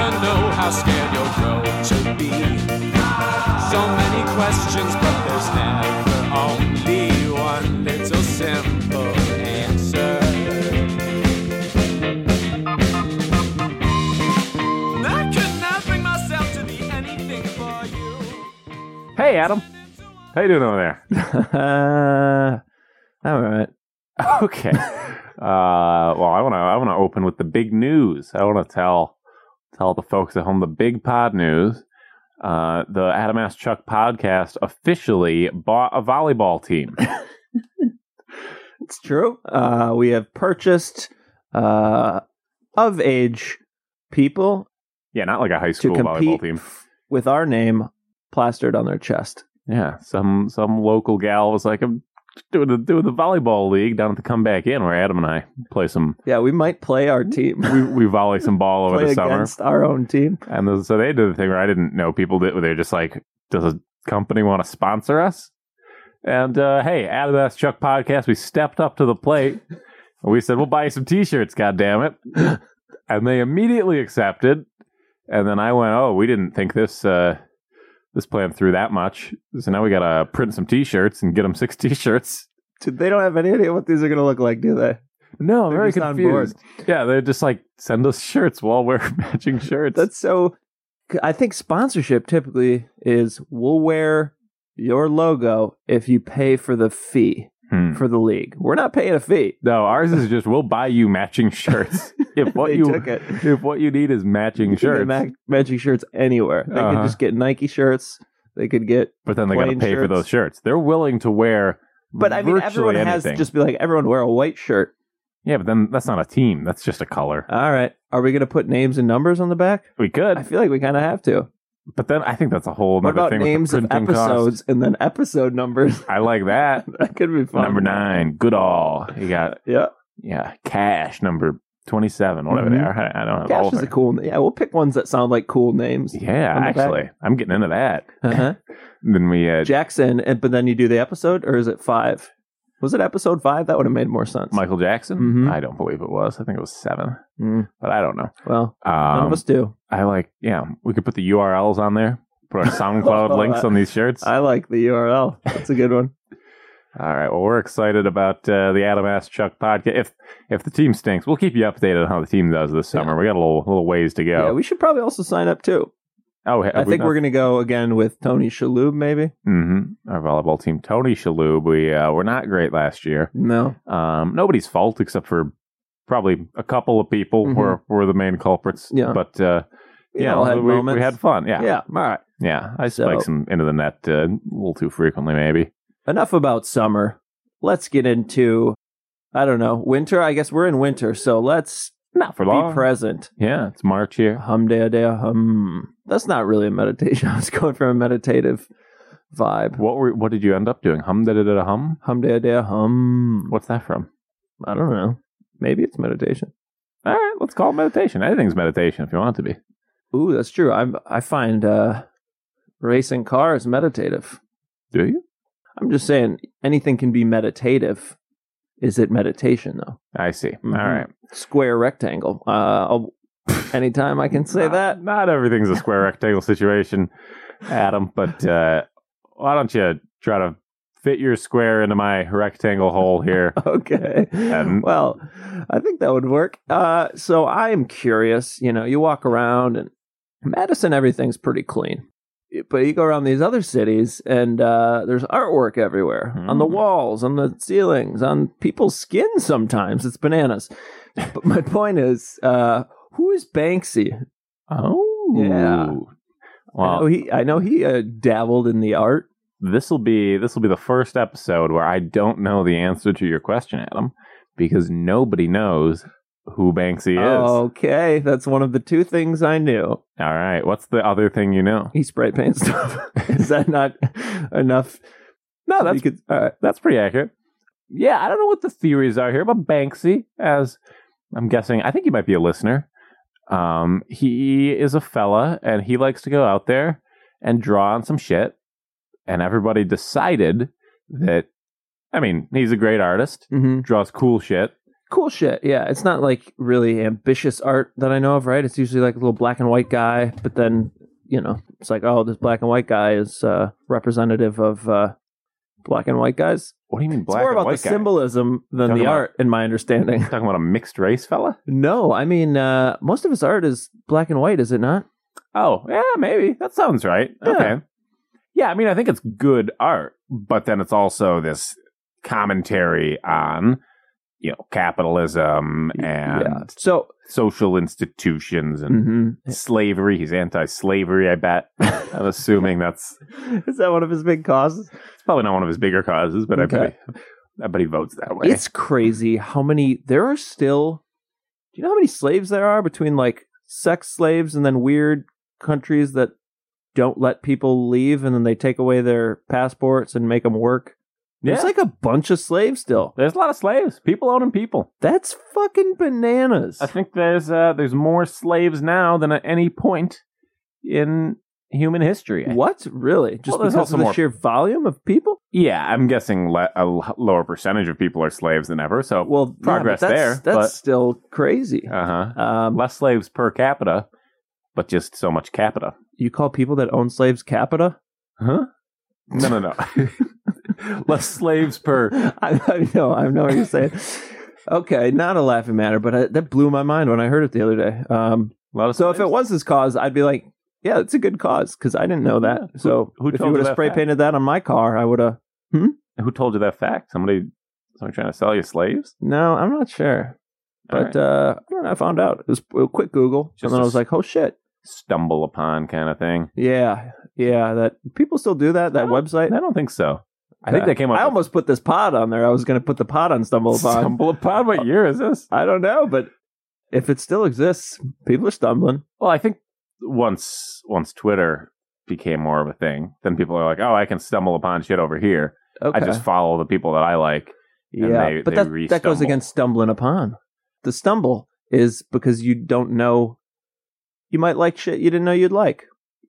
how scared you'll grow to be. So many questions, but there's never only one little simple answer. And I could not bring myself to be anything for you. Hey, Adam. How you doing over there? Uh, all right. Okay. Uh, well, I want to I want to open with the big news. I want to tell tell the folks at home the big pod news. Uh, the Adam Ask Chuck podcast officially bought a volleyball team. it's true. Uh, we have purchased uh, of age people yeah, not like a high to school volleyball compete team. with our name plastered on their chest. Yeah, some some local gal was like, "I'm doing the doing the volleyball league down at the Comeback Inn where Adam and I play some Yeah, we might play our team. we, we volley some ball over play the summer." against our own team. And th- so they did the thing where I didn't know people did. where They're just like, does a company want to sponsor us? And uh, hey, Adam Ask Chuck podcast, we stepped up to the plate. And we said, we'll buy you some T-shirts, God damn it! And they immediately accepted. And then I went, oh, we didn't think this uh, this plan through that much. So now we got to print some T-shirts and get them six T-shirts. Dude, they don't have any idea what these are going to look like, do they? No, I'm They're very just on confused. Yeah, they're just like, send us shirts. We'll all wear matching shirts. That's so. I think sponsorship typically is we'll wear your logo if you pay for the fee Hmm. for the league. We're not paying a fee. No, ours is just we'll buy you matching shirts if what they you took it. if what you need is matching They shirts. ma- matching shirts anywhere. They could Uh-huh. just get Nike shirts. They could get. but then they got to plain pay for shirts. those shirts. They're willing to wear, But I mean, virtually everyone has to anything. just be like, everyone wear a white shirt. Yeah, but then that's not a team. That's just a color. All right. Are we going to put names and numbers on the back? We could, I feel like we kind of have to. but then I think that's a whole What other about thing. names with of the printing cost. episodes and then episode numbers? I like that. that could be fun. number nine, Goodall. You got Yeah. yeah, Cash. Number twenty-seven, whatever they Mhm. are. I, I don't know. all Cash of is a them. cool name. Yeah, we'll pick ones that sound like cool names. yeah, on the back. actually, I'm getting into that. Uh-huh. Then we uh, Jackson, and but then you do the episode, or is it five? Was it episode five? That would have made more sense. Michael Jackson. Mhm. I don't believe it was. I think it was seven, Mm, but I don't know. well, none Um, of us do. I like, yeah, we could put the URLs on there, put our SoundCloud links on these shirts. I like the URL. That's a good one. All right. Well, we're excited about uh, the Adam Ask Chuck podcast. If if the team stinks, we'll keep you updated on how the team does this summer. We got a little little ways to Yeah, go. we should probably also sign up too. oh, have I think we're going to go again with Tony Shalhoub, maybe. hmm our volleyball team. Tony Shalhoub. We uh, were not great last year. No, Um, nobody's fault except for probably a couple of people Mhm. were were the main culprits. Yeah. But uh, We yeah, all had we, we moments. had fun. yeah. Yeah. all right. Yeah. I So- spiked some into the net uh, a little too frequently, maybe. Enough about summer. Let's get into, I don't know, winter. I guess we're in winter, so let's Not for be long. present. yeah, it's March here. Hum dea dea hum. That's not really a meditation. I was going for a meditative vibe. What were what did you end up doing? Hum da da da da hum? Hum dea dea hum. What's that from? I don't know. Maybe it's meditation. All right, let's call it meditation. Anything's meditation if you want it to be. Ooh, that's true. I I find uh, racing cars meditative. Do you? I'm just saying anything can be meditative. Is it meditation though? I see. All Mhm. right. Square rectangle. Uh, I'll- anytime I can say Not- that. Not everything's a square rectangle situation, Adam, but uh, why don't you try to fit your square into my rectangle hole here? Okay. Um, well, I think that would work. Uh, so I am curious. You know, you walk around and Madison, everything's pretty clean. But you go around these other cities and uh, there's artwork everywhere on the Mm. walls, on the ceilings, on people's skin sometimes. It's bananas. but my point is uh, who is Banksy? Oh. Yeah. I, know Well, he, I know he uh, dabbled in the art. this will be this will be the first episode where I don't know the answer to your question, Adam, because nobody knows who Banksy is. Okay, that's one of the two things I knew. All right. What's the other thing you know? He spray paints stuff. Is that not enough? uh, No, You could, all right. uh, that's pretty accurate. Yeah, I don't know what the theories are here, but Banksy, as I'm guessing, I think he might be a listener. Um, he is a fella, and he likes to go out there and draw on some shit. And everybody decided that, I mean, he's a great artist, Mm-hmm. draws cool shit, cool shit. Yeah, it's not like really ambitious art that I know of, right? It's usually like a little black and white guy, but then you know, it's like, oh, this black and white guy is uh, representative of uh, black and white guys. What do you mean it's black more and about white the guy? symbolism than Talking the about- art, in my understanding. Talking about a mixed race fella? no, I mean, uh, most of his art is black and white, is it not? Oh, yeah, maybe. That sounds right. Yeah. Okay. Yeah, I mean, I think it's good art, but then it's also this commentary on, you know, capitalism and yeah. So, social institutions and mhm. slavery. He's anti-slavery, I bet. I'm assuming that's is that one of his big causes? it's probably not one of his bigger causes, but I bet Okay. he, I bet he votes that way. It's crazy how many there are still. Do you know how many slaves there are between like sex slaves and then weird countries that don't let people leave and then they take away their passports and make them work? There's Yeah. like a bunch of slaves still. there's a lot of slaves, people owning people. That's fucking bananas. I think there's uh, there's more slaves now than at any point in human history. What really? Just there's because also of the more- sheer volume of people? Yeah, I'm guessing le- a l- lower percentage of people are slaves than ever. So Well, yeah, but progress that's, there, That's still crazy. but uh huh, Um, less slaves per capita, but just so much capita. you call people that own slaves capita? Huh? No, no, no. less slaves per I, I know, I know what you're saying. okay, not a laughing matter, but I, that blew my mind when I heard it the other day. Um, lot of so if slaves. it was his cause, I'd be like, yeah, it's a good cause because I didn't know that. Yeah. So Who- who if told you you would have that spray fact? painted that on my car, I would have. Who told you that fact? Somebody, somebody trying to sell you slaves? No, I'm not sure. All But uh, I found out. It was a quick Google. Just and then a I was like, oh shit. Stumble upon kind of thing. Yeah. Yeah. That people still do that, that Oh, website. I don't think so. I think Okay. they came up. I almost put this pod on there. I was going to put the pod on Stumble with Upon. stumble upon. What year is this? I don't know, but if it still exists, people are stumbling. Well, I think once once Twitter became more of a thing, then people are like, oh, I can stumble upon shit over here. Okay. I just follow the people that I like. and yeah, they- but they that, that goes re-stumble. against stumbling upon. The stumble is because you don't know. You might like shit you didn't know you'd like.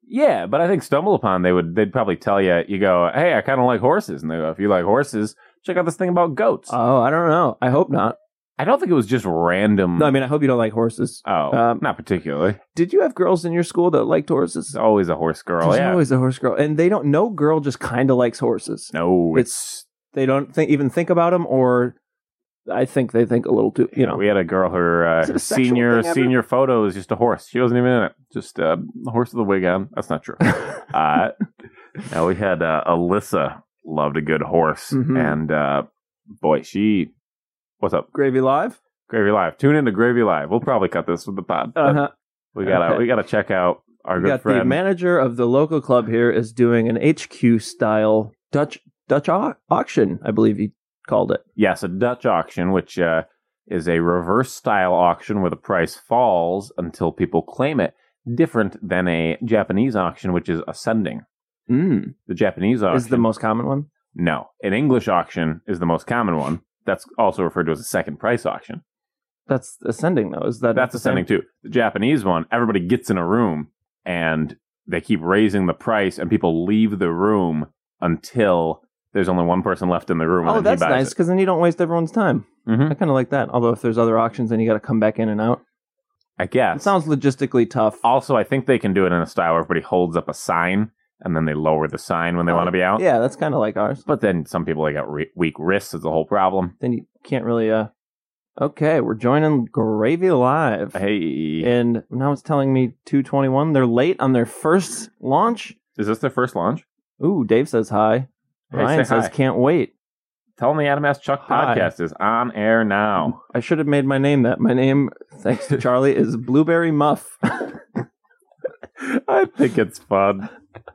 Yeah, but I think stumble upon they would they'd probably tell you you go, hey, I kind of like horses, and they go, if you like horses, check out this thing about goats. Oh, I don't know. I hope not. I don't think it was just random. No, I mean, I hope you don't like horses. oh, um, not particularly. Did you have girls in your school that liked horses? It's always a horse girl. There's Oh, yeah, always a horse girl, and they don't. No girl just kind of likes horses. no, it's, It's they don't think even think about them, or I think they think a little too. You know, we had a girl her, uh, Is it a her sexual senior thing ever? senior photo is just a horse. She wasn't even in it. Just uh, a horse with a wig on. That's not true. uh, now we had uh, Alyssa loved a good horse, Mhm. and uh, boy, she. What's up, Gravy Live. Gravy Live? Tune into Gravy Live. We'll probably cut this with the pod. but Uh huh. We gotta Okay. we gotta check out our We good got the friend. manager of the local club here is doing an HQ style Dutch Dutch au- auction, I believe he called it. yes, a Dutch auction, which uh, is a reverse style auction where the price falls until people claim it. Different than a Japanese auction, which is ascending. Mm. The Japanese auction Is the most common one. no. An English auction is the most common one. That's also referred to as a second price auction. That's ascending though. Is that That's ascending too. The Japanese one, everybody gets in a room and they keep raising the price, and people leave the room until there's only one person left in the room. Oh, and then that's he buys nice because then you don't waste everyone's time. It. Mhm. I kind of like that. Although if there's other auctions, then you got to come back in and out. I guess. It sounds logistically tough. also, I think they can do it in a style where everybody holds up a sign and then they lower the sign when they Oh, want to be out. Yeah, that's kind of like ours. But then some people they got re- weak wrists. It's a whole problem. Then you can't really. uh Okay, we're joining Gravy Live. Hey, And now it's telling me 221. They're late on their first launch. is this their first launch? Ooh, Dave says hi. Hey, Ryan say hi. says can't wait. Tell them the Adam Ask Chuck Hi. podcast is on air now. I should have made my name that. My name, thanks to Charlie, is Blueberry Muff. I think it's fun.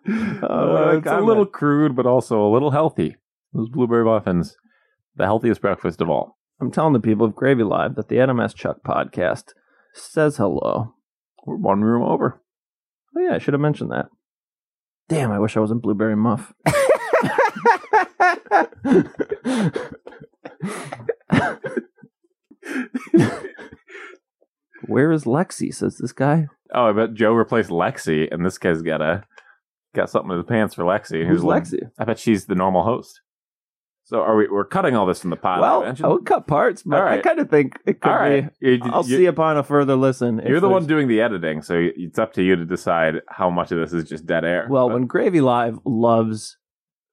what Oh, a it's a comment. little crude, but also a little healthy. Those blueberry muffins, the healthiest breakfast of all. I'm telling the people of Gravy Live that the Adam S. Chuck podcast says hello. We're one room over. Oh yeah, I should have mentioned that. Damn, I wish I wasn't Blueberry Muff. Where is Lexi? Says this guy. Oh, I bet Joe replaced Lexi, and this guy's got a got something in his pants for Lexi. Who's He's like, Lexi? I bet she's the normal host. So are we? We're cutting all this from the pod. well, I I would cut parts, but All I right. kind of think it could all right. You- be. I'll you- see upon a further listen. if You're the one there's- doing the editing, so y- it's up to you to decide how much of this is just dead air. Well, But when Gravy Live loves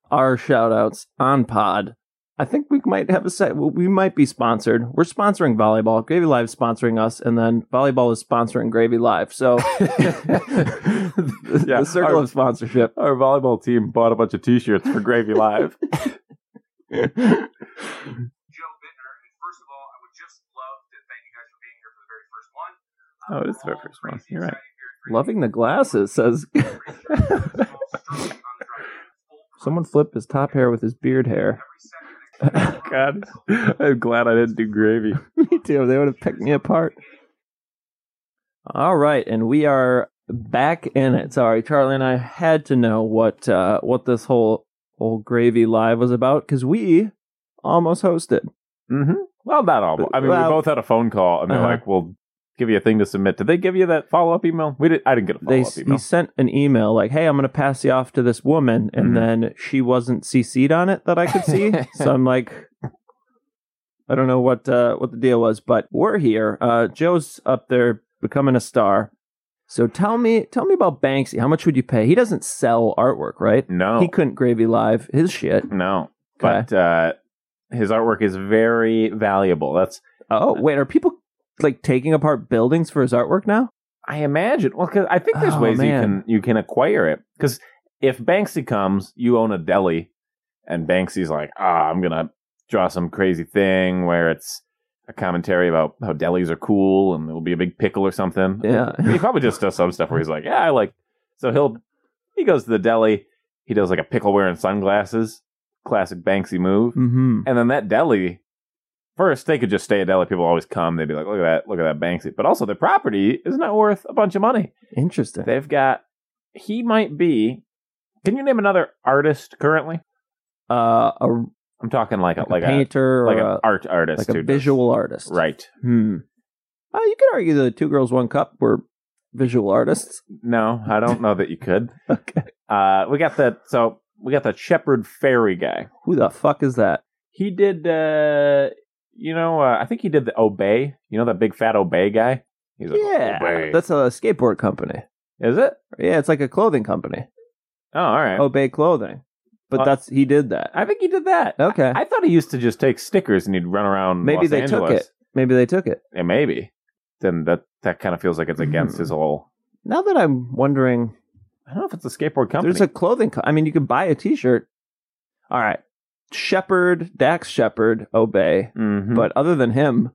our shout outs on pod, I think we might have a set. We might be sponsored. We're sponsoring volleyball. Gravy Live is sponsoring us, and then volleyball is sponsoring Gravy Live. So the, Yeah, the circle our- of sponsorship. our volleyball team bought a bunch of T-shirts for Gravy Live. Joe Bittner. And first of all, I would just love to thank you guys for being here for the very first one. Oh, it is the very first one. Crazy You're right. excited here. Loving the glasses says Pretty sure it's all stroking on the drive in. Full someone flipped his top hair with his beard hair. every second. God, I'm glad I didn't do gravy. me too. They would have picked me apart. All right, and we are back in it. Sorry, Charlie and I had to know what uh, what this whole old gravy live was about because we almost hosted. Mm-hmm. Well, not all. I mean, Well- we both had a phone call, and they're Uh-huh. like, "We'll give you a thing to submit." Did they give you that follow up email? We did. I didn't get a They follow up he email. sent an email like, "Hey, I'm going to pass you off to this woman," and Mhm. then she wasn't CC'd on it that I could see. so I'm like, I don't know what uh, what the deal was, but we're here. Uh, Joe's up there becoming a star. So tell me, tell me about Banksy. How much would you pay? He doesn't sell artwork, right? No, He couldn't gravy live his shit. no. But uh, his artwork is very valuable. That's Oh wait, are people like taking apart buildings for his artwork now? I imagine. Well, 'cause I think there's Oh, ways man. you can you can acquire it. Because if Banksy comes, you own a deli, and Banksy's like, ah, I'm gonna draw some crazy thing where it's a commentary about how delis are cool, and there'll be a big pickle or something. Yeah. he probably just does some stuff where he's like, yeah, I like. So he'll he goes to the deli. He does like a pickle wearing sunglasses, classic Banksy move. mm-hmm. And then that deli, first they could just stay at deli. People always come. They'd be like, look at that, look at that Banksy. But also the property is not worth a bunch of money. Interesting. They've got. He might be. Can you name another artist currently? Uh, a, I'm talking like a like like a a painter like or an a, art artist, like who a does- visual artist, Right. Hmm. Uh, you could argue the two girls, one cup were visual artists. No, I don't know that you could. Okay. Uh, we got that. So we got that Shepherd Fairy guy. Who the fuck is that? He did, uh, you know, uh, I think he did the Obey. You know, that big fat Obey guy? He's like, Obey. that's a skateboard company. Is it? Yeah, it's like a clothing company, Oh, all right. Obey Clothing. But Uh, that's he did that. I think he did that. Okay, I thought he used to just take stickers and he'd run around. Maybe Los they took Angeles. it. maybe they took it. Yeah, maybe. Then that, that kind of feels like it's against Mhm. his whole. Now that I'm wondering, I don't know if it's a skateboard company. there's a clothing. Co- I mean, you could buy a T-shirt. All right, Shepherd Dax Shepherd Obey. Mhm. But other than him,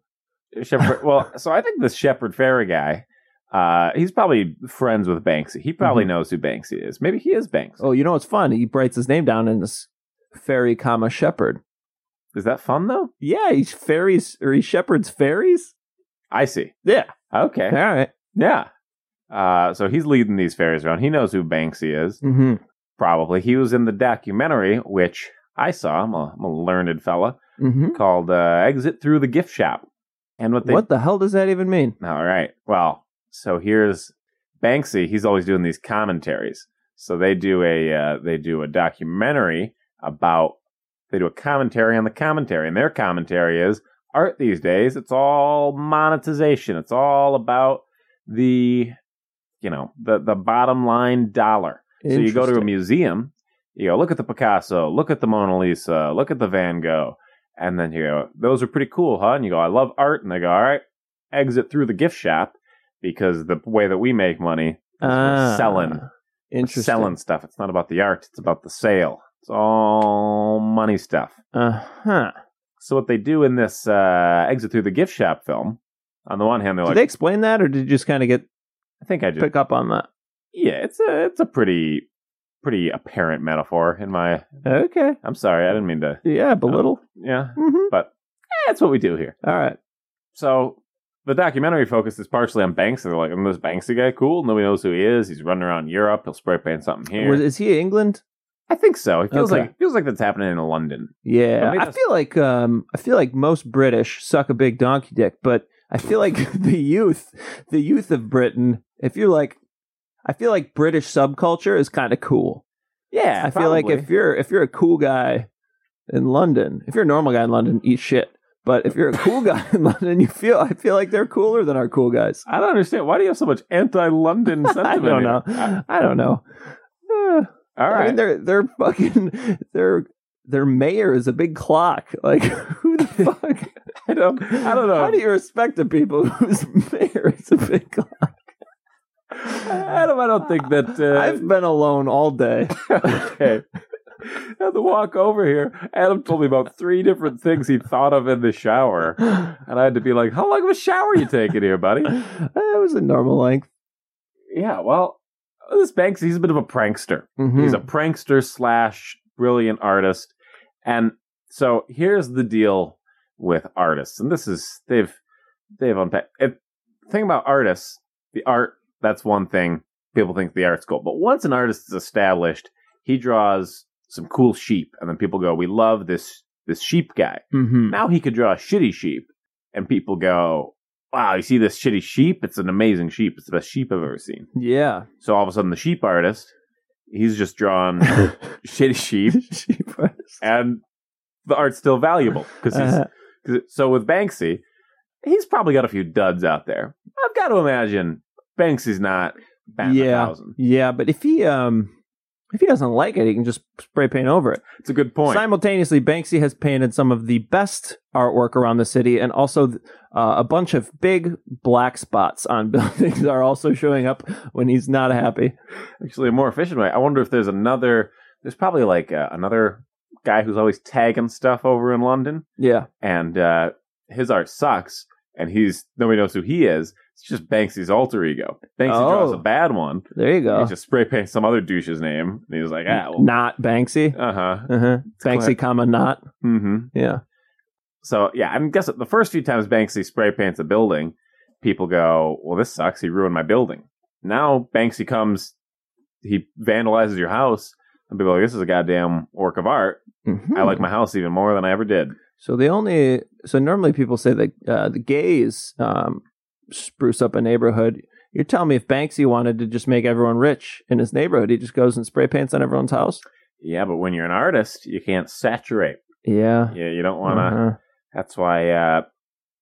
Shepherd. Well, so I think this Shepherd Ferry guy, uh, he's probably friends with Banksy. He probably Mhm. knows who Banksy is. Maybe he is Banksy. oh, you know what's fun? He writes his name down in this fairy comma shepherd. Is that fun though? Yeah, he's fairies or he shepherds fairies. I see. Yeah. Okay. All right. Yeah. Uh, so he's leading these fairies around. He knows who Banksy is. Mm-hmm. Probably he was in the documentary which I saw. I'm a, I'm a learned fella Mm-hmm. called uh, "Exit Through the Gift Shop," and what they What the hell does that even mean? All right. Well, so here's Banksy. He's always doing these commentaries. So they do a uh, they do a documentary about they do a commentary on the commentary, and their commentary is art these days. It's all monetization. It's all about the you know the the bottom line dollar. So you go to a Interesting. museum, you go, look at the Picasso, look at the Mona Lisa, look at the Van Gogh. And then you go, those are pretty cool, huh? And you go, I love art. And they go, all right, exit through the gift shop because the way that we make money is Ah, we're selling, we're Interesting. selling stuff. It's not about the art, it's about the sale. It's all money stuff. Uh huh. So what they do in this uh, exit through the gift shop film, on the one hand, they're Did like, they explain that, or did you just kind of get I think I just pick up on that? yeah, it's a it's a pretty pretty apparent metaphor in my. Okay. I'm sorry, I didn't mean to. Yeah, belittle. Yeah, Mm-hmm. Eh, that's what we do here. All right. So the documentary focus is partially on Banksy. They're like, "Mm, this Banksy guy, cool. Nobody knows who he is. He's running around Europe. He'll spray paint something here. Was, is he England? I think so. It feels Okay. like it feels like that's happening in London. Yeah. Maybe I that's- feel like um, I feel like most British suck a big donkey dick, but I feel like the youth, the youth of Britain, if you're like, I feel like British subculture is kind of cool. Yeah, I feel like if you're if you're a cool guy, in London, if you're a normal guy in London, eat shit. But if you're a cool guy in London, you feel I feel like they're cooler than our cool guys. I don't understand. Why do you have so much anti-London sentiment? I don't know. here? Uh, I don't know. Uh, All I mean, right. they're they're fucking their their mayor is a big clock. Like who the fuck? I don't. I don't know. How do you respect the people whose mayor is a big clock? I don't. I don't think that. Uh, I've been alone all day. okay. On the walk over here, Adam told me about three different things he thought of in the shower. And I had to be like, How long of a shower are you taking here, buddy? that was a normal length. Yeah, well, this Banks, he's a bit of a prankster. He's a prankster slash brilliant artist. And so here's the deal with artists. And this is, they've, they've unpacked. It, thing about artists, the art, that's one thing. People think the art's cool. But once an artist is established, he draws some cool sheep. And then people go, we love this, this sheep guy. Mm-hmm. Now he could draw a shitty sheep, and people go, "Wow, you see this shitty sheep? It's an amazing sheep. It's the best sheep I've ever seen." Yeah. So all of a sudden, the sheep artist, he's just drawn shitty sheep, Sheep artist. and the art's still valuable because he's. Uh, 'cause it- so with Banksy, he's probably got a few duds out there. I've got to imagine Banksy's not batting a Yeah. thousand. yeah, but if he um if he doesn't like it, he can just spray paint over it. It's a good point. Simultaneously, Banksy has painted some of the best artwork around the city, and also th- uh, a bunch of big black spots on buildings are also showing up when he's not happy. Actually, a more efficient way. I wonder if there's another. There's probably like uh, another guy who's always tagging stuff over in London. Yeah, and uh, his art sucks, and he's nobody knows who he is. It's just Banksy's alter ego. Banksy Oh. draws a bad one. there you go. He just spray paints some other douche's name, and he's like, ah, well, Not Banksy. uh huh, Uh-huh. Banksy, comma not. mm-hmm. Yeah. So yeah, I'm guessing the first few times Banksy spray paints a building, people go, well, this sucks. He ruined my building. Now Banksy comes, he vandalizes your house, and people are like, this is a goddamn work of art. I like my house even more than I ever did. So the only so normally people say that uh, the gays um, spruce up a neighborhood. You're telling me if Banksy wanted to just make everyone rich in his neighborhood, he just goes and spray paints on everyone's house. Yeah, but when you're an artist, you can't saturate. Yeah. Yeah, you don't want to. Uh-huh. That's why uh,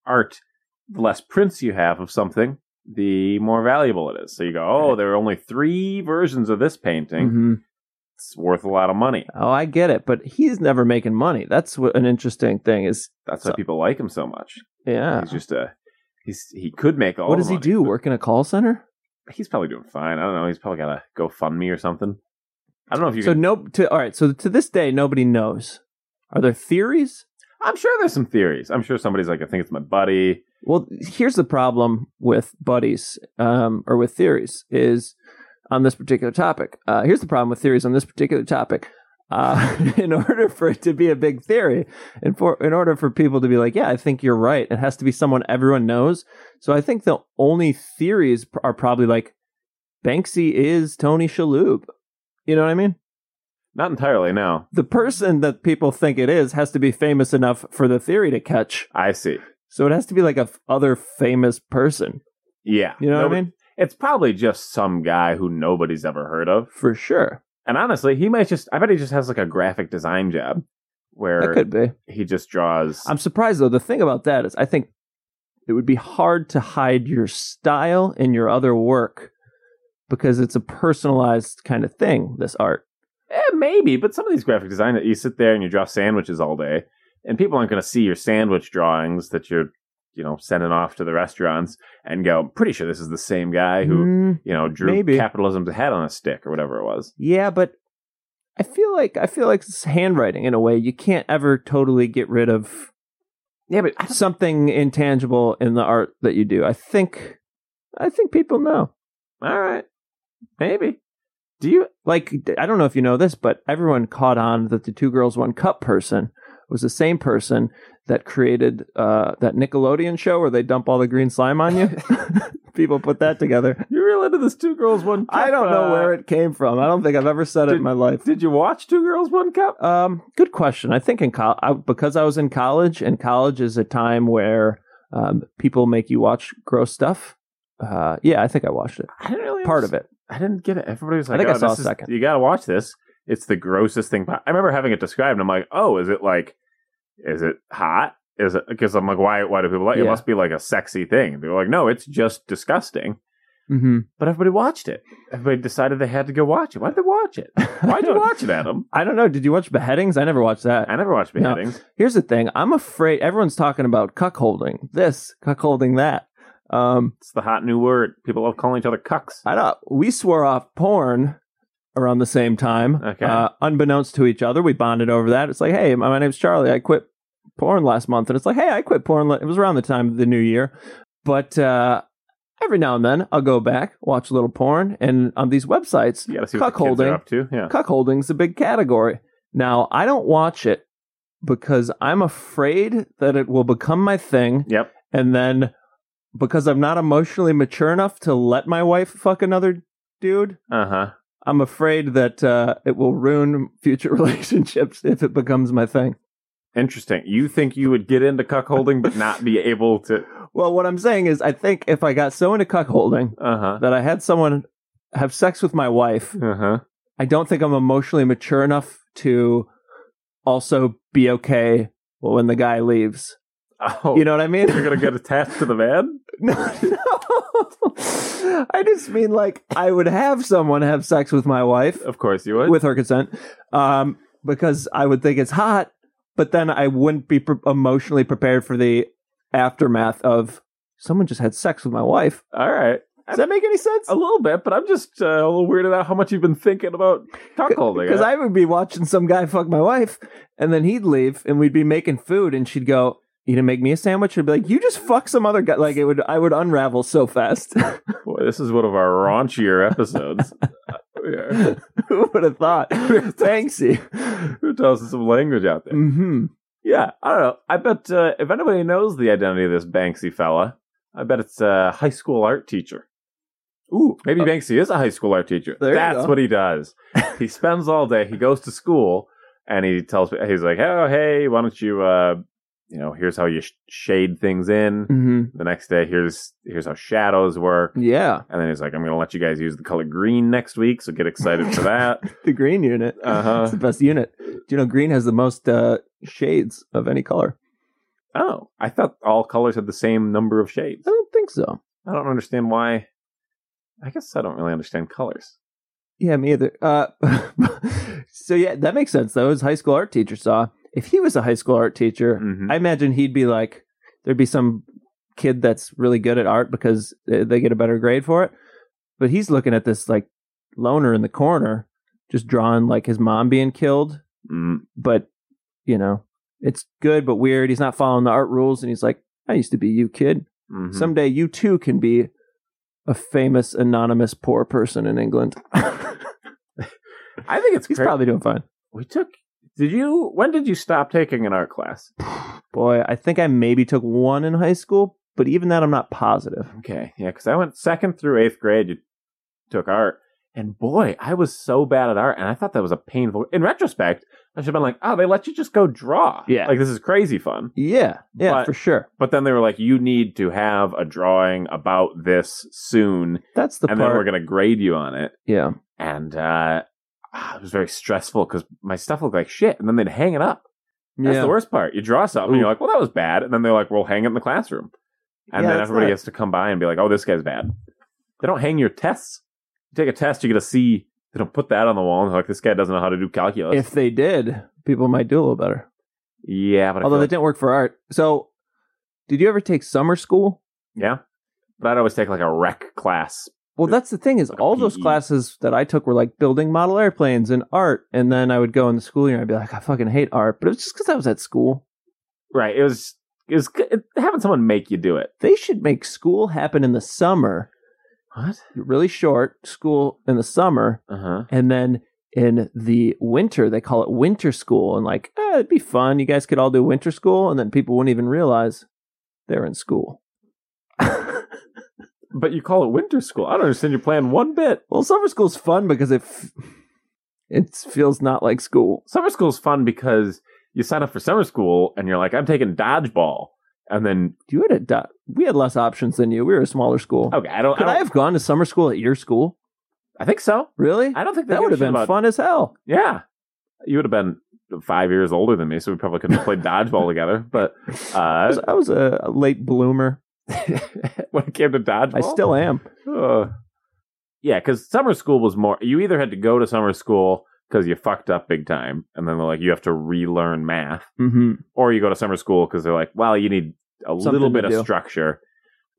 art, the less prints you have of something, the more valuable it is. So you go, oh, there are only three versions of this painting. Mhm. It's worth a lot of money. Oh, I get it, but he's never making money. That's what an interesting thing is. That's So- why people like him so much. Yeah. He's just a he's he could make all. What the does he money, do? but Work in a call center? He's probably doing fine. I don't know. He's probably got a GoFundMe or something. I don't know if you. So can, no. To, all right. So to this day, nobody knows. Are there theories? I'm sure there's some theories. I'm sure somebody's like, I think it's my buddy. Well, here's the problem with buddies um, or with theories is on this particular topic. Uh, here's the problem with theories on this particular topic. Uh, in order for it to be a big theory, and for in order for people to be like, yeah, I think you're right, it has to be someone everyone knows. So I think the only theories pr- are probably like Banksy is Tony Shalhoub. You know what I mean? Not entirely. No, The person that people think it is has to be famous enough for the theory to catch. I see. So it has to be like a f- other famous person. Yeah, You know what Nobody- I mean? It's probably just some guy who nobody's ever heard of. For sure. And honestly, he might just, I bet he just has like a graphic design job That where could Um, be. he just draws. I'm surprised though. The thing about that is I think it would be hard to hide your style in your other work because it's a personalized kind of thing, this art. Eh, maybe, but some of these graphic design, you sit there and you draw sandwiches all day, and people aren't going to see your sandwich drawings that you're, you know, sending off to the restaurants and go, pretty sure this is the same guy who, Mm, you know, drew maybe. capitalism's head on a stick or whatever it was. yeah, but I feel like I feel like it's handwriting in a way. You can't ever totally get rid of Yeah, but I don't, something intangible in the art that you do. I think I think people know. all right. Maybe. Do you, like I don't know if you know this, but everyone caught on that the two girls one cup person was the same person that created uh, that Nickelodeon show where they dump all the green slime on you. People put that together. you're real into this two girls, one cup? I don't know uh, where it came from. I don't think I've ever said it in my life. Did you watch Two Girls, One Cup? Um, good question. I think in col- I, because I was in college, and college is a time where um, people make you watch gross stuff. Uh, yeah, I think I watched it. I didn't really Part of it. I didn't get it. Everybody was like, think I "Oh, saw this a is- second. You got to watch this. it's the grossest thing. po- I remember having it described, and I'm like, oh, is it like, is it hot? Is it because I'm like, why? Why do people like it? Yeah. Must be like a sexy thing. People are like, no, it's just disgusting. Mm-hmm. But everybody watched it. Everybody decided they had to go watch it. Why did they watch it? Why'd you watch it, Adam? I don't know. Did you watch Beheadings? I never watched that. I never watched No. beheadings. Here's the thing. I'm afraid everyone's talking about cuckolding this, cuckolding that. Um, It's the hot new word. People love calling each other cucks. I don't. We swore off porn around the same time. Okay. Uh, unbeknownst to each other, we bonded over that. It's like, hey, my, my name's Charlie. I quit porn last month, and it's like, hey, I quit porn. la- It was around the time of the new year, but uh, every now and then I'll go back watch a little porn, and on these websites, You got to see what the kids Cuckolding. are up to. Yeah. cuckolding's a big category. Now, I don't watch it because I'm afraid that it will become my thing. Yep. And then because I'm not emotionally mature enough to let my wife fuck another dude, Uh huh. I'm afraid that uh, it will ruin future relationships if it becomes my thing. Interesting. You think you would get into cuckolding, but not be able to? Well, what I'm saying is, I think if I got so into cuckolding Uh huh. that I had someone have sex with my wife, Uh huh. I don't think I'm emotionally mature enough to also be okay when the guy leaves. Oh, You know what I mean? you're gonna get attached to the man. no, no. I just mean like I would have someone have sex with my wife Of course you would. with her consent, um, because I would think it's hot, but then I wouldn't be pre- emotionally prepared for the aftermath of someone just had sex with my wife. All right. Does that make any sense? A little bit, but I'm just uh, a little weirded out how much you've been thinking about cuckolding. Because I would be watching some guy fuck my wife, and then he'd leave, and we'd be making food, and she'd go. You didn't make me a sandwich. She'd be like, "You just fuck some other guy." Like it would, I would unravel so fast. Boy, this is one of our raunchier episodes. Yeah. Who would have thought? Banksy. Who tosses some language out there? Mm-hmm. Yeah, I don't know. I bet uh, if anybody knows the identity of this Banksy fella, I bet it's a high school art teacher. Ooh, maybe Uh, Banksy is a high school art teacher. There you That's go. what he does. he spends all day. He goes to school and he tells me he's like, "Oh, hey, why don't you, uh, you know, here's how you sh- shade things in." Mm-hmm. The next day, here's here's how shadows work. Yeah, And then he's like, "I'm going to let you guys use the color green next week, so get excited for that." the green unit. Uh-huh. It's the best unit. Do you know green has the most uh, shades of any color? oh, I thought all colors had the same number of shades. I don't think so. I don't understand why. I guess I don't really understand colors. Yeah, me either. Uh, so yeah, that makes sense though. His high school art teacher saw. If he was a high school art teacher, Mm-hmm. I imagine he'd be like, there'd be some kid that's really good at art because uh, they get a better grade for it. But he's looking at this like loner in the corner, just drawing like his mom being killed Mm. but you know it's good but weird he's not following the art rules and he's like i used to be you kid mhm. someday you too can be a famous anonymous poor person in england I think it's he's cra- probably doing fine we took. Did you? When did you stop taking an art class? boy i think i maybe took one in high school but even that i'm not positive Okay, yeah, because I went second through eighth grade. You took art, and boy, I was so bad at art, and I thought that was a painful. In retrospect, I should have been like, oh, they let you just go draw. Yeah. like this is crazy fun. yeah yeah But- for sure But then they were like, you need to have a drawing about this soon, that's the and part then we're gonna grade you on it. yeah and uh, ah, it was very stressful because my stuff looked like shit, and then they'd hang it up. That's yeah the worst part. You draw something, and you're like, "Well, that was bad," and then they're like, "We'll hang it in the classroom," and Yeah, then that's everybody not- has to come by and be like, "Oh, this guy's bad." They don't hang your tests. You take a test, you get a C. They don't put that on the wall, and they're like, "This guy doesn't know how to do calculus." if they did people might do a little better yeah, but I although feel that like- didn't work for art so did you ever take summer school yeah, but I'd always take like a rec class. Well, that's the thing is Like a E. all those PE. classes that I took were like building model airplanes and art, and then I would go in the school year and I'd be like, I fucking hate art, but it was just because I was at school. Right? It was it was it, having someone make you do it. They should make school happen in the summer, What? really short school in the summer, Uh huh. and then in the winter they call it winter school, and like eh, it'd be fun. You guys could all do winter school, and then people wouldn't even realize they're in school. But you call it winter school. I don't understand your plan one bit. Well, summer school's fun because it f- it feels not like school. summer school's fun because you sign up for summer school and you're like, I'm taking dodgeball. And then, You had a do- we had less options than you. We were a smaller school. okay, I don't, I, Could I, don't- have gone to summer school at your school? I, I think so. Really? I don't think they give That a would have shit been about- fun as hell. Yeah, you would have been five years older than me, so we probably couldn't have played dodgeball together. But I uh, was, I was a a late bloomer. when it came to dodgeball, I still am. Uh, yeah, because summer school was more. You either had to go to summer school because you fucked up big time, and then they're like, you have to relearn math, Mm-hmm. or you go to summer school because they're like, well, you need a Something little bit to of do. structure.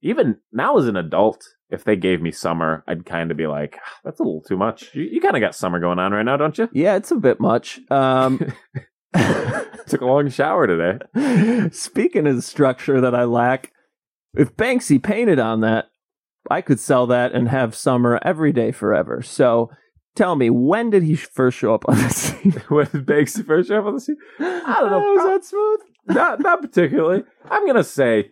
Even now, as an adult, if they gave me summer, I'd kind of be like, "Ah, that's a little too much. You, you kind of got summer going on right now, don't you? Yeah, it's a bit much. Um, Took a long shower today. Speaking of the structure that I lack, if Banksy painted on that, I could sell that and have summer every day forever. So tell me, when did he first show up on the scene? when Banks first show up on the scene? I don't know. Oh, was that smooth? Not not particularly. I'm gonna say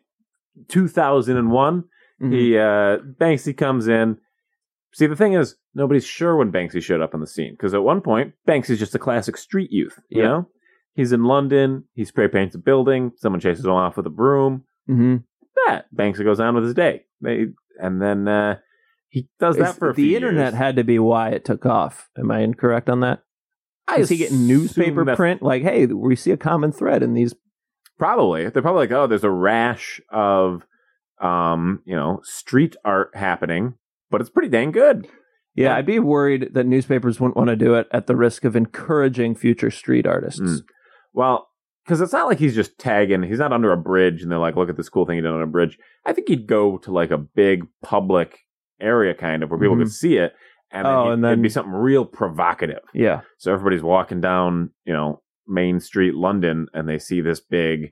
2001. Mm-hmm. He uh, Banksy comes in. See, the thing is, nobody's sure when Banksy showed up on the scene because at one point, Banksy's just a classic street youth. You Yeah. know, he's in London. He spray paints a building. Someone chases him off with a broom. Mm-hmm. That Banksy goes on with his day. They, and then uh, he does that for a the few internet years. had to be why it took off. Am I incorrect on that? I Is he getting assume newspaper that's- print? Like, hey, we see a common thread in these. Probably. They're probably like, oh, there's a rash of, um, you know, street art happening, but it's pretty dang good. Yeah, I'd be worried that newspapers wouldn't want to do it at the risk of encouraging future street artists. Mm. Well, because it's not like he's just tagging. He's not under a bridge, and they're like, look at this cool thing he did on a bridge. I think he'd go to like a big public area, kind of where people Mhm. could see it, and then, Oh, he'd- and then- it'd be something real provocative. Yeah. So everybody's walking down, you know, Main Street, London, and they see this big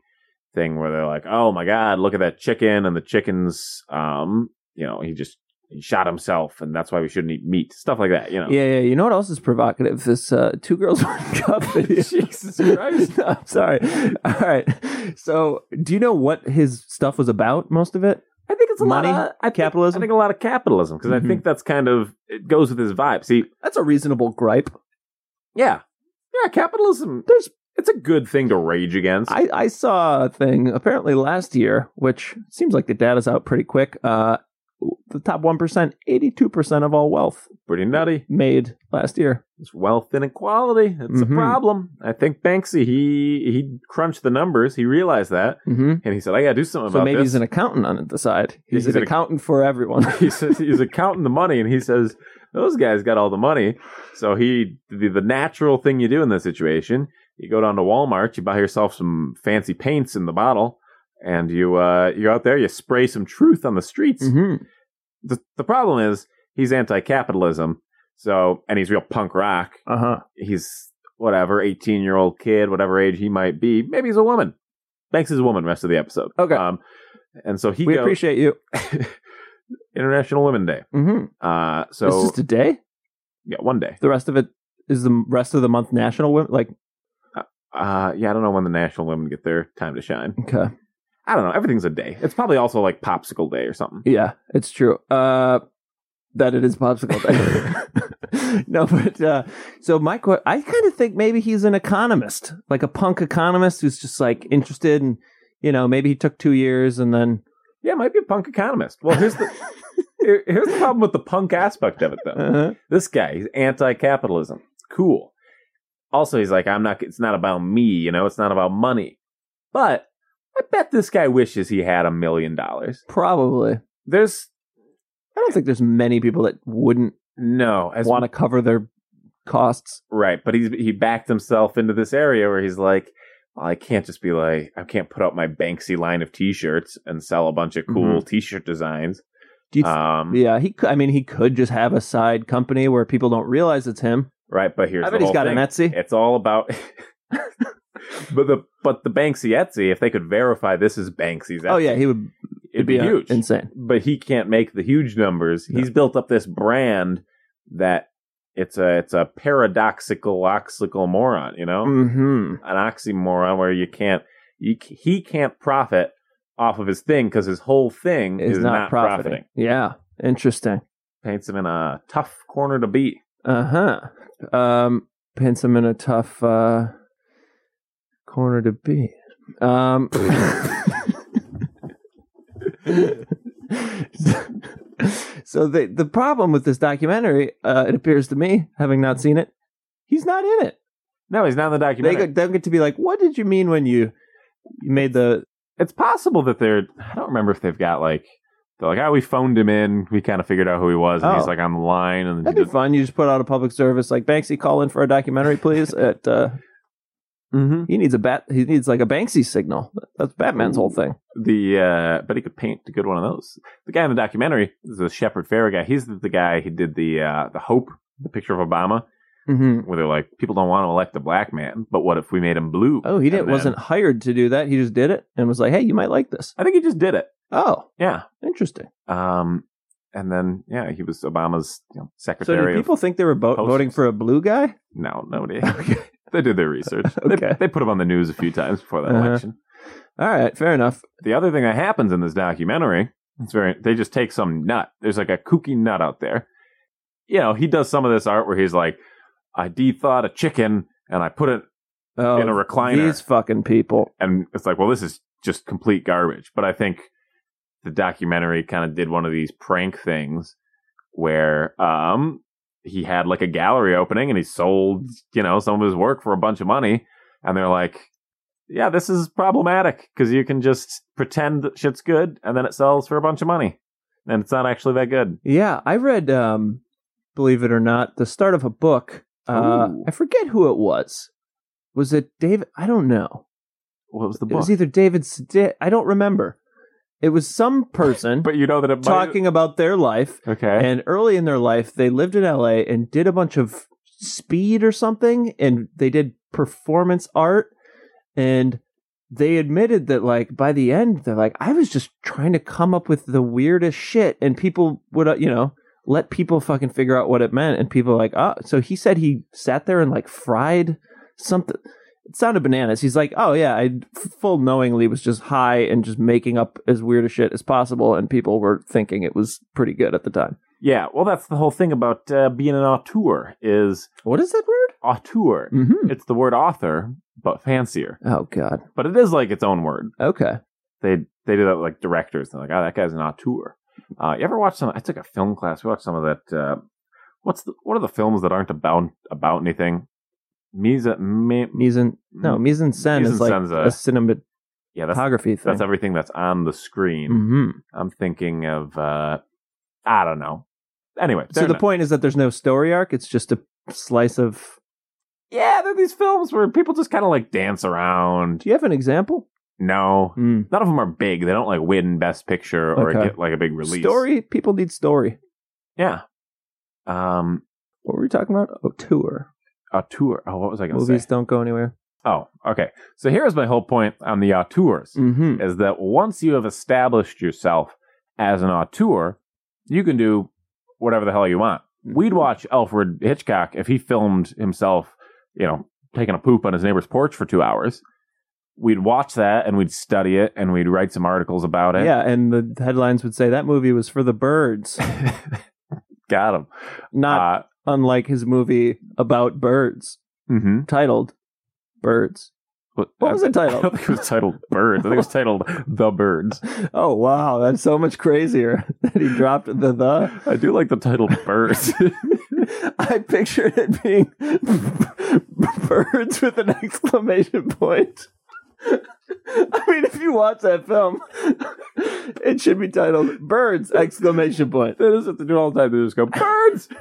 thing where they're like, "Oh my God, look at that chicken!" And the chicken's, um, you know, he just he shot himself, and that's why we shouldn't eat meat, stuff like that. You know, Yeah, yeah. You know what else is provocative? This uh, two girls one cup video. Jesus Christ. No, I'm sorry. All right. So, do you know what his stuff was about? Most of it. I think it's a Money, lot of I think- capitalism? I think a lot of capitalism because Mhm. I think that's kind of it goes with his vibe. See, That's a reasonable gripe. yeah, yeah, capitalism. There's. It's a good thing to rage against. I, I saw a thing apparently last year, which seems like the data's out pretty quick. Uh, the top one percent, eighty-two percent of all wealth Pretty nutty. made last year. It's wealth inequality. It's Mhm. a problem. I think Banksy he he crunched the numbers. He realized that, Mm-hmm. and he said, "I got to do something So about maybe this." he's an accountant on the side. He's, He's an an- accountant for everyone. he says he's accounting the money, and he says those guys got all the money. So he the, the natural thing you do in this situation, you go down to Walmart, you buy yourself some fancy paints in the bottle, and you uh, you're out there, you spray some truth on the streets. hmm The, the problem is he's anti-capitalism, so and he's real punk rock. Uh huh. He's whatever eighteen year old kid, whatever age he might be. Maybe he's a woman. Banks is a woman. Rest of the episode. Okay. Um, and so he We goes appreciate you. International Women Day. Mm-hmm. Uh, so it's just a day. Yeah, one day. The rest of it is the rest of the month national women. Like, Uh, yeah, I don't know when the national women get their time to shine. okay, I don't know. Everything's a day. It's probably also like popsicle day or something. yeah, it's true. Uh, that it is popsicle day. no, but uh, so my que- I kind of think maybe he's an economist, like a punk economist who's just like interested and you know maybe he took two years and then Yeah, it might be a punk economist. Well, here's the here- here's the problem with the punk aspect of it though. uh This guy, he's anti-capitalism. Cool. Also, he's like, I'm not. It's not about me. You know, it's not about money. But I bet this guy wishes he had a million dollars. probably. I There's don't think there's many people that wouldn't no as want to cover their costs. Right, but he's he backed himself into this area where he's like, well, I can't just be like, I can't put out my Banksy line of T-shirts and sell a bunch of cool T-shirt designs. Do you th- Um, Mm-hmm. yeah, he. Could, I mean, he could just have a side company where people don't realize it's him. right, but here's I the bet he's whole got thing. an Etsy. It's all about. but the but the Banksy Etsy, if they could verify this is Banksy's, Etsy, Oh yeah, he would it'd be, uh, huge. insane. but he can't make the huge numbers. He's built up this brand that it's a it's a paradoxical oxical moron, you know. Mm-hmm. an oxymoron where you can't you, c- he can't profit off of his thing because his whole thing Is, is, not, profiting. Yeah, interesting. Paints him in a tough corner to beat. Uh huh. Um, pins him in a tough uh, corner to be. Um, So the the problem with this documentary, uh, it appears to me, having not seen it, he's not in it. No, he's not in the They documentary. get, don't get to be like, what did you mean when you you made the it's possible that they're. I don't remember if they've got like. They're like, oh, we phoned him in. We kind of figured out who he was, and Oh. he's like on the line, and then he That'd be just, fun. You just put out a public service like Banksy, call in for a documentary, please. At uh, Mhm. he needs a bat. He needs like a Banksy signal. That's Batman's whole thing. the. Uh, but he could paint a good one of those. The guy in the documentary is a Shepard Fairey guy. He's the, the guy who did the uh, the Hope, the picture of Obama, Mm-hmm. where they're like, people don't want to elect a black man, but what if we made him blue? Oh, he And didn't. then- wasn't hired to do that. He just did it and was like, "Hey, you might like this." I think he just did it. Oh, Yeah. interesting. Um, and then yeah, he was Obama's you know, So secretary. did people think they were bo- Post- voting for a blue guy? of, no, nobody. Okay. they did their research. Okay. They, they put him on the news a few times before that Uh-huh. election. All right, fair enough. The other thing that happens in this documentary, it's very they just take some nut. There's like a kooky nut out there. You know, he does some of this art where he's like, I de-thawed a chicken and I put it, Oh, In a recliner. These fucking people. and it's like, well, this is just complete garbage. But I think the documentary kind of did one of these prank things where um he had like a gallery opening and he sold, you know, some of his work for a bunch of money and they're like yeah, this is problematic because you can just pretend that shit's good and then it sells for a bunch of money and it's not actually that good. Yeah, I read, um, believe it or not, the start of a book. Uh, Ooh. I forget who it was. Was it David? I don't know. What was the It book? was either David Sedi- I don't remember. It was some person but you know that it might- talking about their life. Okay. And early in their life, they lived in LA and did a bunch of speed or something, and they did performance art. And they admitted that, like, by the end, they're like, I was just trying to come up with the weirdest shit, and people would, uh, you know, let people fucking figure out what it meant. And people are like, oh, so he said he sat there and like fried something. It sounded bananas. He's like, oh yeah, I f- full knowingly was just high and just making up as weird a shit as possible, and people were thinking it was pretty good at the time. yeah, well that's the whole thing about uh, being an auteur is What is that word? auteur. Mm-hmm. It's the word author but fancier. Oh god. but it is like its own word. Okay. They they do that with, like directors. They're like, oh, that guy's an auteur. Uh, you ever watch some? I took a film class. We watched some of that. Uh, what's the, what are the films that aren't about about anything? Misa, me, Mise en no mise en scène is like Mise-en-scene's a- Mm. a cinematography yeah, that's thing. that's everything that's on the screen. hmm I'm thinking of uh, I don't know. Anyway, So they're the not- point is that there's no story arc. It's just a slice of. yeah, they're these films where people just kind of like dance around. Do you have an example? No, Mm. none of them are big. They don't like win Best Picture or Okay. get like a big release. Story. People need story. yeah. Um, What were we talking about? Oh, tour. auteur. Oh, what was I going to Movies say? don't go anywhere. Oh, okay. So here's my whole point on the auteurs Mm-hmm. is that once you have established yourself as an auteur, you can do whatever the hell you want. Mm-hmm. We'd watch Alfred Hitchcock if he filmed himself, you know, taking a poop on his neighbor's porch for two hours. We'd watch that and we'd study it and we'd write some articles about it. Yeah, and the headlines would say that movie was for the birds, Got him. not Uh, unlike his movie about birds mm-hmm. titled "Birds." What What was it I don't titled? think it was titled Birds. I think it was titled The Birds. oh wow, that's so much crazier that he dropped the the. I do like the title Birds. I pictured it being birds with an exclamation point. I mean, if you watch that film, it should be titled "Birds!" exclamation point. that is what they do all the time. They just go Birds.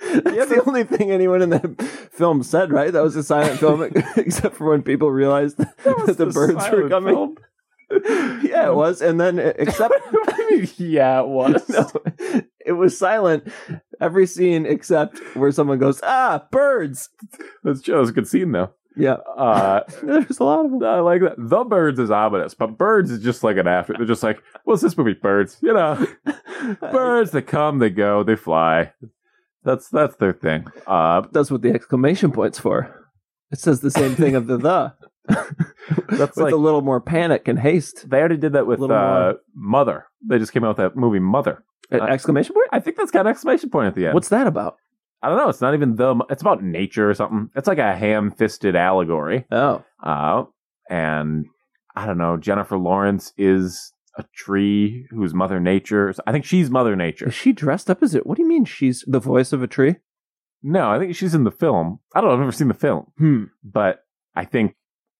That's the only thing anyone in that film said, right? That was a silent film, except for when people realized that, was the the birds were silent coming. yeah, it was, and then uh, except yeah, it was. no, it was silent. Every scene except where someone goes, "Ah, birds!" That's true. That was a good scene though. Yeah, Uh, there's a lot of them. I like that. The Birds is ominous, but Birds is just like an after. They're just like, what's this movie? Birds. You know, birds. They come, they go, they fly. That's that's their thing. Uh, That's what the exclamation points for. It says the same thing of the the. that's with like a little more panic and haste. they already did that with Little uh, more. Mother. They just came out with that movie Mother. An Uh, exclamation point? I think that's got an exclamation point at the end. What's that about? I don't know. It's not even the. It's about nature or something. It's like a ham-fisted allegory. Oh, Uh, and I don't know. Jennifer Lawrence is a tree who's Mother Nature. I think she's Mother Nature. Is she dressed up as it? What do you mean she's the voice of a tree? No, I think she's in the film. I don't know. I've never seen the film, Hmm. but I think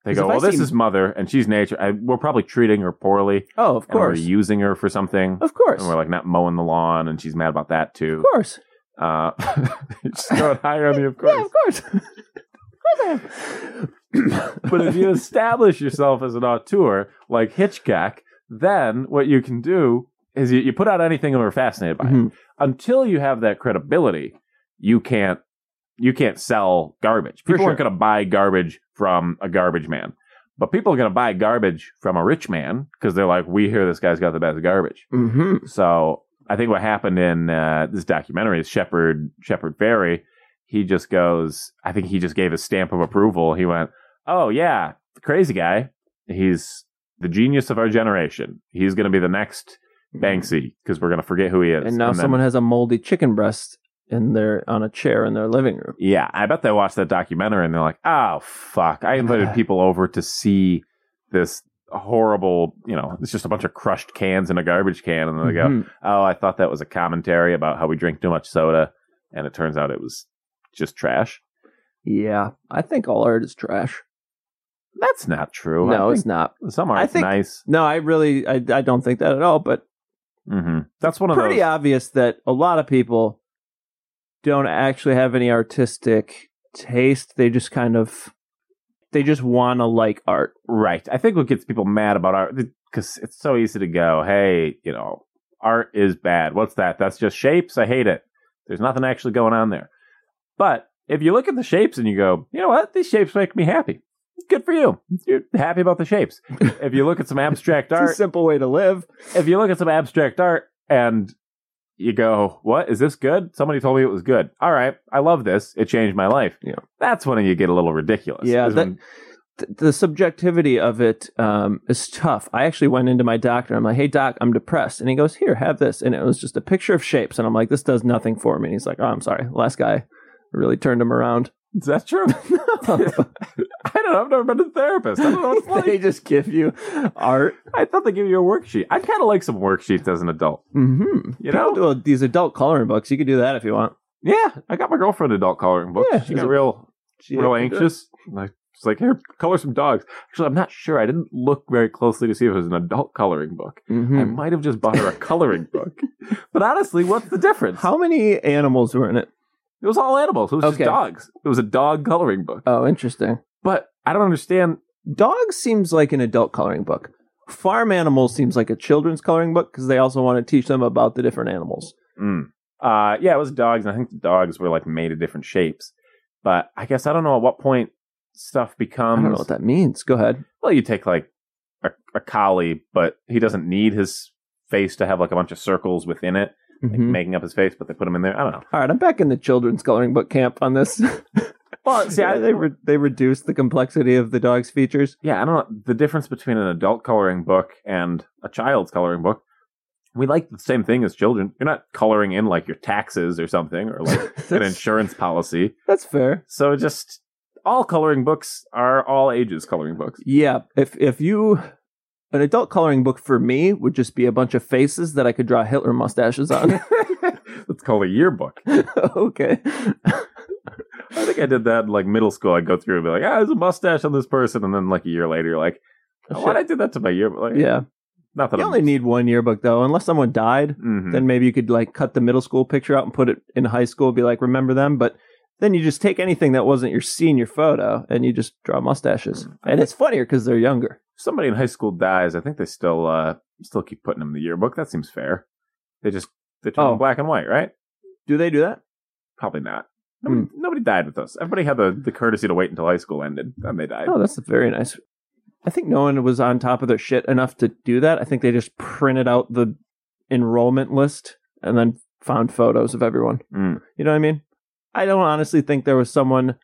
they 'Cause go, if I "Well, this see- is Mother, and she's Nature. I, we're probably treating her poorly. Oh, of and we're course. using her for something." Of course. And we're like not mowing the lawn, and she's mad about that Of too. course. Uh, just going higher on the of Yeah, course. of course. of course I am. but if you establish yourself as an auteur like Hitchcock, then what you can do is you, you put out anything and we're fascinated by it. Mhm. Until you have that credibility, you can't you can't sell garbage. For People aren't sure. going to buy garbage from a garbage man, but people are going to buy garbage from a rich man because they're like, we hear this guy's got the best garbage. Mhm. So I think what happened in uh, this documentary is Shepherd Shepherd Ferry. He just goes. I think he just gave his stamp of approval. He went, "Oh yeah, the crazy guy. He's the genius of our generation. He's going to be the next Banksy because we're going to forget who he is." Mm-hmm. And now then- someone has a moldy chicken breast in their on a chair in their living room. yeah, I bet they watched that documentary and they're like, "Oh fuck, I invited people over to see this." horrible you know it's just a bunch of crushed cans in a garbage can and then they go Mhm. oh, I thought that was a commentary about how we drink too much soda, and it turns out it was just trash. Yeah, I think all art is trash. That's not true. no, Oh, I it's think not. some I are think- nice. No, I really, I, I don't think that at all. But hmm That's one of pretty those. obvious that a lot of people don't actually have any artistic taste. They just kind of, they just want to like art. Right. I think what gets people mad about art because it's so easy to go, hey, you know, art is bad. What's that? That's just shapes. I hate it. There's nothing actually going on there. But if you look at the shapes and you go, you know what? These shapes make me happy. Good for you. You're happy about the shapes. if you look at some abstract It's art, a simple way to live. if you look at some abstract art and you go, "What is this good?" Somebody told me it was good. All right, I love this. It changed my life. Yeah. that's when you get a little ridiculous. Yeah, is that- when- th- the subjectivity of it um, is tough. I actually went into my doctor. I'm like, hey, doc, I'm depressed. And he goes, here, have this. And it was just a picture of shapes. And I'm like, this does nothing for me. And he's like, oh, I'm sorry. Last guy really turned him around. is that true? I don't know. I've never been to a therapist. I don't know what it's they like. just give you art. I thought they give you a worksheet. I kind of like some worksheets as an adult. Mm-hmm. You know? People do a- these adult coloring books. You could do that if you want. Yeah, I got my girlfriend adult coloring books. Yeah, she is got it- real Gee, real I could do it. anxious. And I was like, here, color some dogs. Actually, I'm not sure. I didn't look very closely to see if it was an adult coloring book. I Mhm. might have just bought her a coloring book. But honestly, what's the difference? How many animals were in it? It was all animals. It was Okay. just dogs. It was a dog coloring book. Oh, interesting. But I don't understand. Dog seems like an adult coloring book. Farm animals seems like a children's coloring book because they also want to teach them about the different animals. Mm. Uh, yeah, it was dogs, and I think the dogs were like made of different shapes. But I guess I don't know at what point stuff I becomes. don't know what that means. Go ahead. well, you take like a, a collie, but he doesn't need his face to have like a bunch of circles within it, like, Mhm. making up his face. But they put him in there. I don't know. All right, I'm back in the children's coloring book camp on this. Well, see, I, they re- they reduced the complexity of the dog's features. yeah, I don't know the difference between an adult coloring book and a child's coloring book. We like the same thing as children. You're not coloring in like your taxes or something or like an that's, insurance policy. that's fair. So just all coloring books are all ages coloring books. Yeah, if if you an adult coloring book for me would just be a bunch of faces that I could draw Hitler mustaches on. Let's call a yearbook. okay. I think I did that in like middle school. I'd go through and be like, ah, there's a mustache on this person. And then like a year later, you're like, why'd I do that to my yearbook? Like, Oh, Yeah. Not that You I'm, only need one yearbook though, unless someone died. Mhm. Then maybe you could like cut the middle school picture out and put it in high school. and Be like, remember them. But then you just take anything that wasn't your senior photo and you just draw mustaches. And it's funnier because they're younger. somebody in high school dies. I think they still, uh, still keep putting them in the yearbook. That seems fair. They just, they turn Oh. them black and white, right? Do they do that? Probably not. Nobody, Hmm. nobody died with us. Everybody had the, the courtesy to wait until high school ended. Then they died. Oh, that's very nice. I think no one was on top of their shit enough to do that. I think they just printed out the enrollment list and then found photos of everyone. Mm. You know what I mean? I don't honestly think there was someone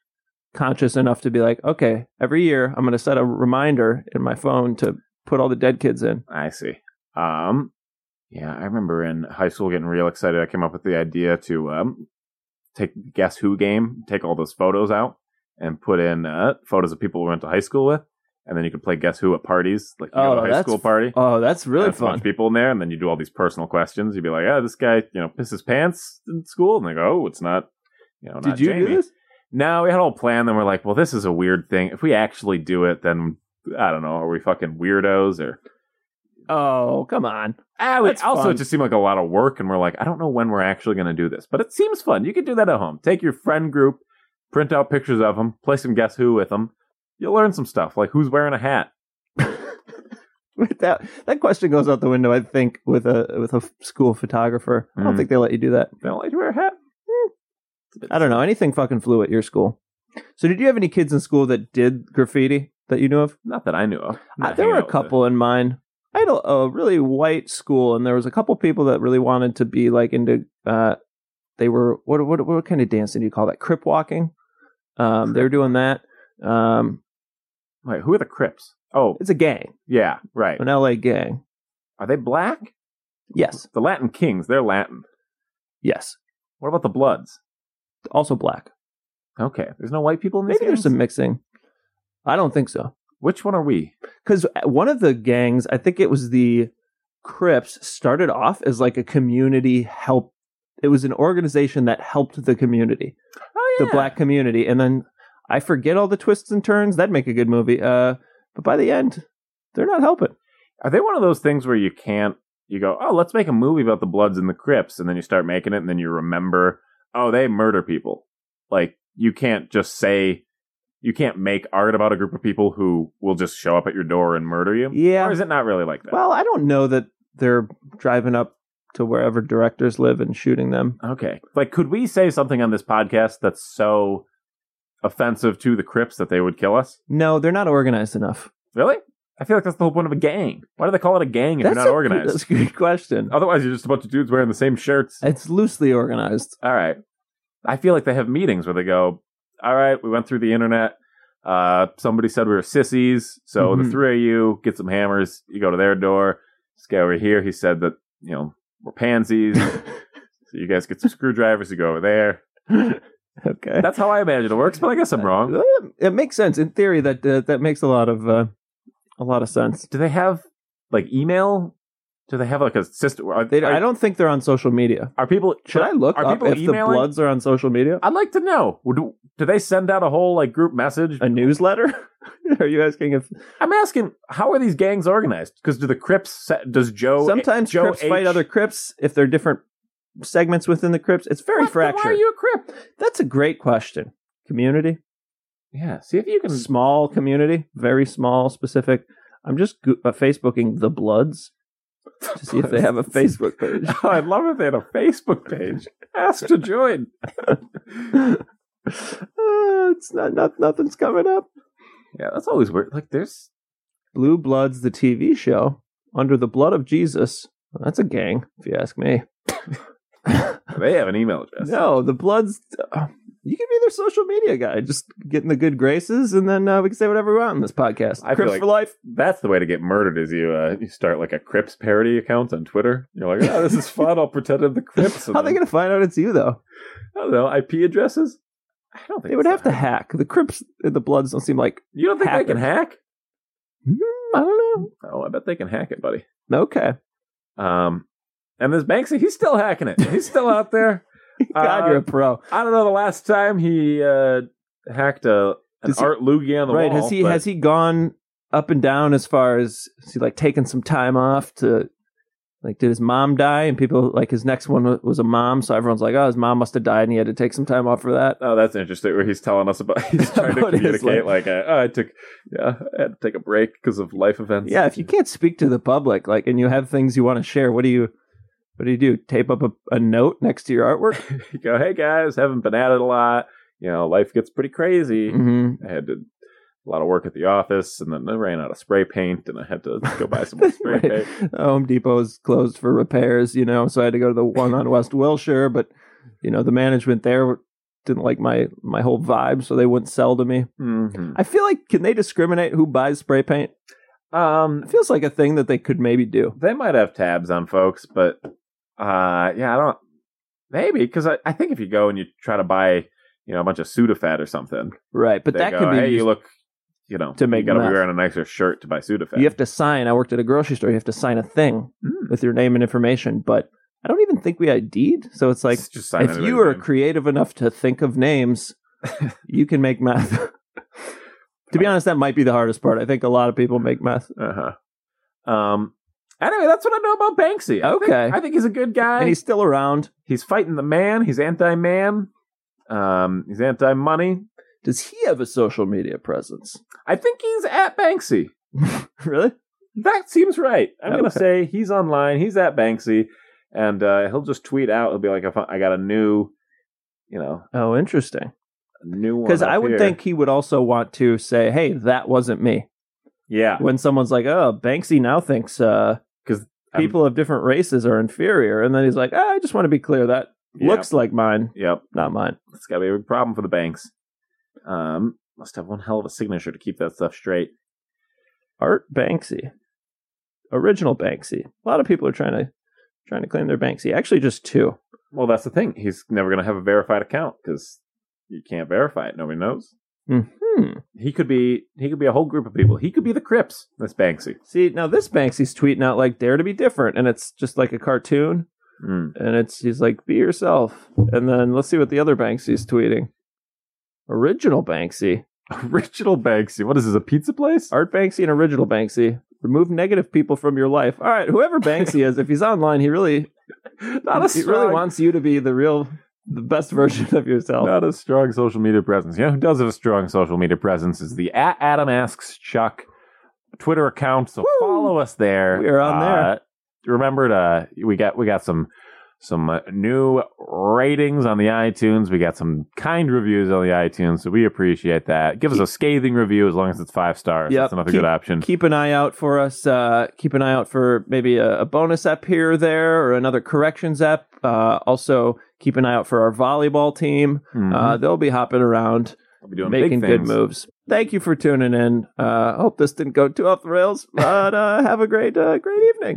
conscious enough to be like, okay, every year I'm going to set a reminder in my phone to put all the dead kids in. I see. Um, yeah, I remember in high school getting real excited. I came up with the idea to um, take guess who game, take all those photos out, and put in uh, photos of people we went to high school with, and then you can play guess who at parties, like you Oh, go to a high that's school party. Oh, that's really That's a bunch fun. of people in there, and then you do all these personal questions. You'd be like, "Oh, this guy, you know, pisses pants in school," and they go, "Oh, it's not." You know, Did not you Jamie. do this? No, we had a whole plan. Then we're like, well, this is a weird thing. If we actually do it, then I don't know. Are we fucking weirdos or? Oh, come on. Ah, we, That's also, fun. it just seemed like a lot of work, and we're like, I don't know when we're actually going to do this, but it seems fun. You could do that at home. Take your friend group, print out pictures of them, play some Guess Who with them. You'll learn some stuff, like who's wearing a hat. With that that question goes out the window. I think with a with a f- school photographer. I don't Mhm. think they let you do that. They don't like to wear a hat. I don't know anything fucking flew at your school. So did you have any kids in school that did graffiti that you knew of? Not that I knew of. Uh, there were a couple in mine. I had a, a really white school, and there was a couple people that really wanted to be like into. Uh, they were what what what kind of dancing do you call that? Crip walking. Um, they were doing that. Um, Wait, who are the Crips? Oh, it's a gang, yeah, right. an LA gang. Are they black? Yes, The Latin Kings, they're Latin. yes. What about the Bloods? Also black. Okay, there's no white people in this. Maybe there's gang? some mixing. I don't think so. Which one are we? because uh, one of the gangs, I think it was the Crips, started off as like a community help. It was an organization that helped the community, Oh the black community, and then I forget all the twists and turns. That'd make a good movie. Uh, but by the end, they're not helping. Are they one of those things where you can't? You go, oh, let's make a movie about the Bloods and the Crips, and then you start making it, and then you remember, oh, they murder people. Like you can't just say, you can't make art about a group of people who will just show up at your door and murder you. Yeah. Or is it not really like that? Well, I don't know that they're driving up to wherever directors live and shooting them. okay. Like, could we say something on this podcast that's so offensive to the Crips that they would kill us? No, they're not organized enough. Really? I feel like that's the whole point of a gang. Why do they call it a gang if that's you're not a- organized? Oh. That's a good question. Otherwise, you're just a bunch of dudes wearing the same shirts. It's loosely organized. All right. I feel like they have meetings where they go, All right, we went through the internet. Uh, somebody said we were sissies. So the Mhm. three of you get some hammers. You go to their door. This guy over here, he said that, you know, we're pansies. so you guys get some screwdrivers. You go over there. Okay. That's how I imagine it works, but I guess I'm wrong. Uh, It makes sense in theory. That uh, that makes a lot of uh, a lot of sense. Do they have like email? Do they have like a system? Are, They, are, I don't think they're on social media. are people. Should I look are up people if the emailing? Bloods are on social media? I'd like to know. Do, do they send out a whole like group message? A newsletter? are you asking if I'm asking, how are these gangs organized? Because do the Crips? Set, does Joe? sometimes Joe Crips H- fight other Crips if they're different segments within the Crips? It's very What the- Why are fractured. you a Crip? That's a great question. Community, Yeah. See if you can. small community, very small, specific. I'm just go- uh, Facebooking the Bloods to see if they have a Facebook page. Oh, I'd love if they had a Facebook page. Ask to join. Uh, it's not, not nothing's coming up. Yeah, that's always weird. Like, there's Blue Bloods, the TV show, under the blood of Jesus. That's a gang, if you ask me. they have an email address. No, the Bloods. uh, you can be their social media guy, just getting the good graces, and then uh, we can say whatever we want in this podcast. I feel Crips like- for life. That's the way to get murdered. Is you uh, you start like a Crips parody account on Twitter. You're like, oh, this is fun. I'll pretend I'm the Crips. How and are they then- going to find out it's you though? I don't know IP addresses. I don't think They would so. have to hack. The Crips and the Bloods don't seem like. You don't think they can hack? Hmm, I don't Oh, I bet they can hack it, buddy. know. Okay. Um, and this Banksy, he's still hacking it. He's still out there. God, Uh, you're a pro. I don't know the last time he uh, hacked a an Does he- art loogie on the Right? wall. has he but has he gone up and down as far as is he like taking some time off to like did his mom die and people like his next one wa- was a mom so everyone's like oh his mom must have died and he had to take some time off for that. Oh, that's interesting. Where he's telling us about he's trying to About his communicate like, uh, oh, I took yeah, I had to take a break because of life events. Yeah, if you can't speak to the public like and you have things you want to share, what do you what do you do? Tape up a, a note next to your artwork? You go, hey guys, haven't been at it a lot. You know, life gets pretty crazy. hmm I had to a lot of work at the office, and then I ran out of spray paint, and I had to go buy some more spray Right. paint. Home Depot is closed for repairs, you know, so I had to go to the one on West Wilshire, but you know the management there didn't like my my whole vibe, so they wouldn't sell to me. hmm I feel like can they discriminate who buys spray paint? Um, It feels like a thing that they could maybe do. they might have tabs on folks, but uh, yeah, I don't. Maybe because I, I think if you go and you try to buy, you know, a bunch of Sudafed or something, Right, but they that go, can be hey, you used- look you know, To make you gotta meth. be wearing a nicer shirt to buy Sudafed. You have to sign. I worked at a grocery store. You have to sign a thing Hmm. Mm. with your name and information, but I don't even think we ID'd. So it's like, Just- just sign if anybody's you are name. creative enough to think of names, you can make meth. to be honest, that might be the hardest part. I think a lot of people make meth. Uh huh. Um. Anyway, that's what I know about Banksy. I think- Okay. I think he's a good guy. And he's still around. he's fighting the man. He's anti-man. Um. He's anti-money. Does he have a social media presence? I think he's at Banksy. really? That seems right. I'm gonna Okay. say he's online. He's at Banksy, and uh, he'll just tweet out. He'll be like, "I fo- "I got a new, you know, Oh, interesting. a new one." Because up I would here. think he would also want to say, hey, that wasn't me. yeah, When someone's like, oh, Banksy now thinks uh, 'Cause I'm- people of different races are inferior. And then he's like, oh, I just want to be clear. That Yeah. looks like mine, yep. not mine. It's got to be a big problem for the banks. Um, must have one hell of a signature to keep that stuff straight. Art Banksy. Original Banksy. A lot of people are trying to trying to claim their Banksy. Actually, just two. Well, that's the thing. He's never going to have a verified account because you can't verify it. Nobody knows. Hmm. Mm-hmm. He could be. He could be a whole group of people. He could be the Crips. That's Banksy. See, now this Banksy's tweeting out like dare to be different, and it's just like a cartoon, Mm. and it's he's like, be yourself. And then let's see what the other Banksy's tweeting. Original Banksy. Original Banksy. What is this? A pizza place? Art Banksy and original Banksy. Remove negative people from your life. All right, whoever Banksy is, if he's online, he really Not a he really strong- wants you to be the real the best version of yourself. Not a strong social media presence. You know who does have a strong social media presence is the at Adam Asks Chuck Twitter account. So Woo! follow us there. We are on Uh, Remember to we got we got some some uh, new ratings on the iTunes. We got some kind reviews on the iTunes, so we appreciate that. Give us a scathing review as long as it's five stars. Yep. That's another Keep- good option. Keep an eye out for us. Uh, keep an eye out for maybe a, a bonus app here or there or another corrections app. Uh, also, keep an eye out for our volleyball team. Mhm. Uh, they'll be hopping around, I'll be Mm-hmm. doing making big good things. moves. Thank you for tuning in. Uh, hope this didn't go too off the rails, but uh, have a great, uh, great evening.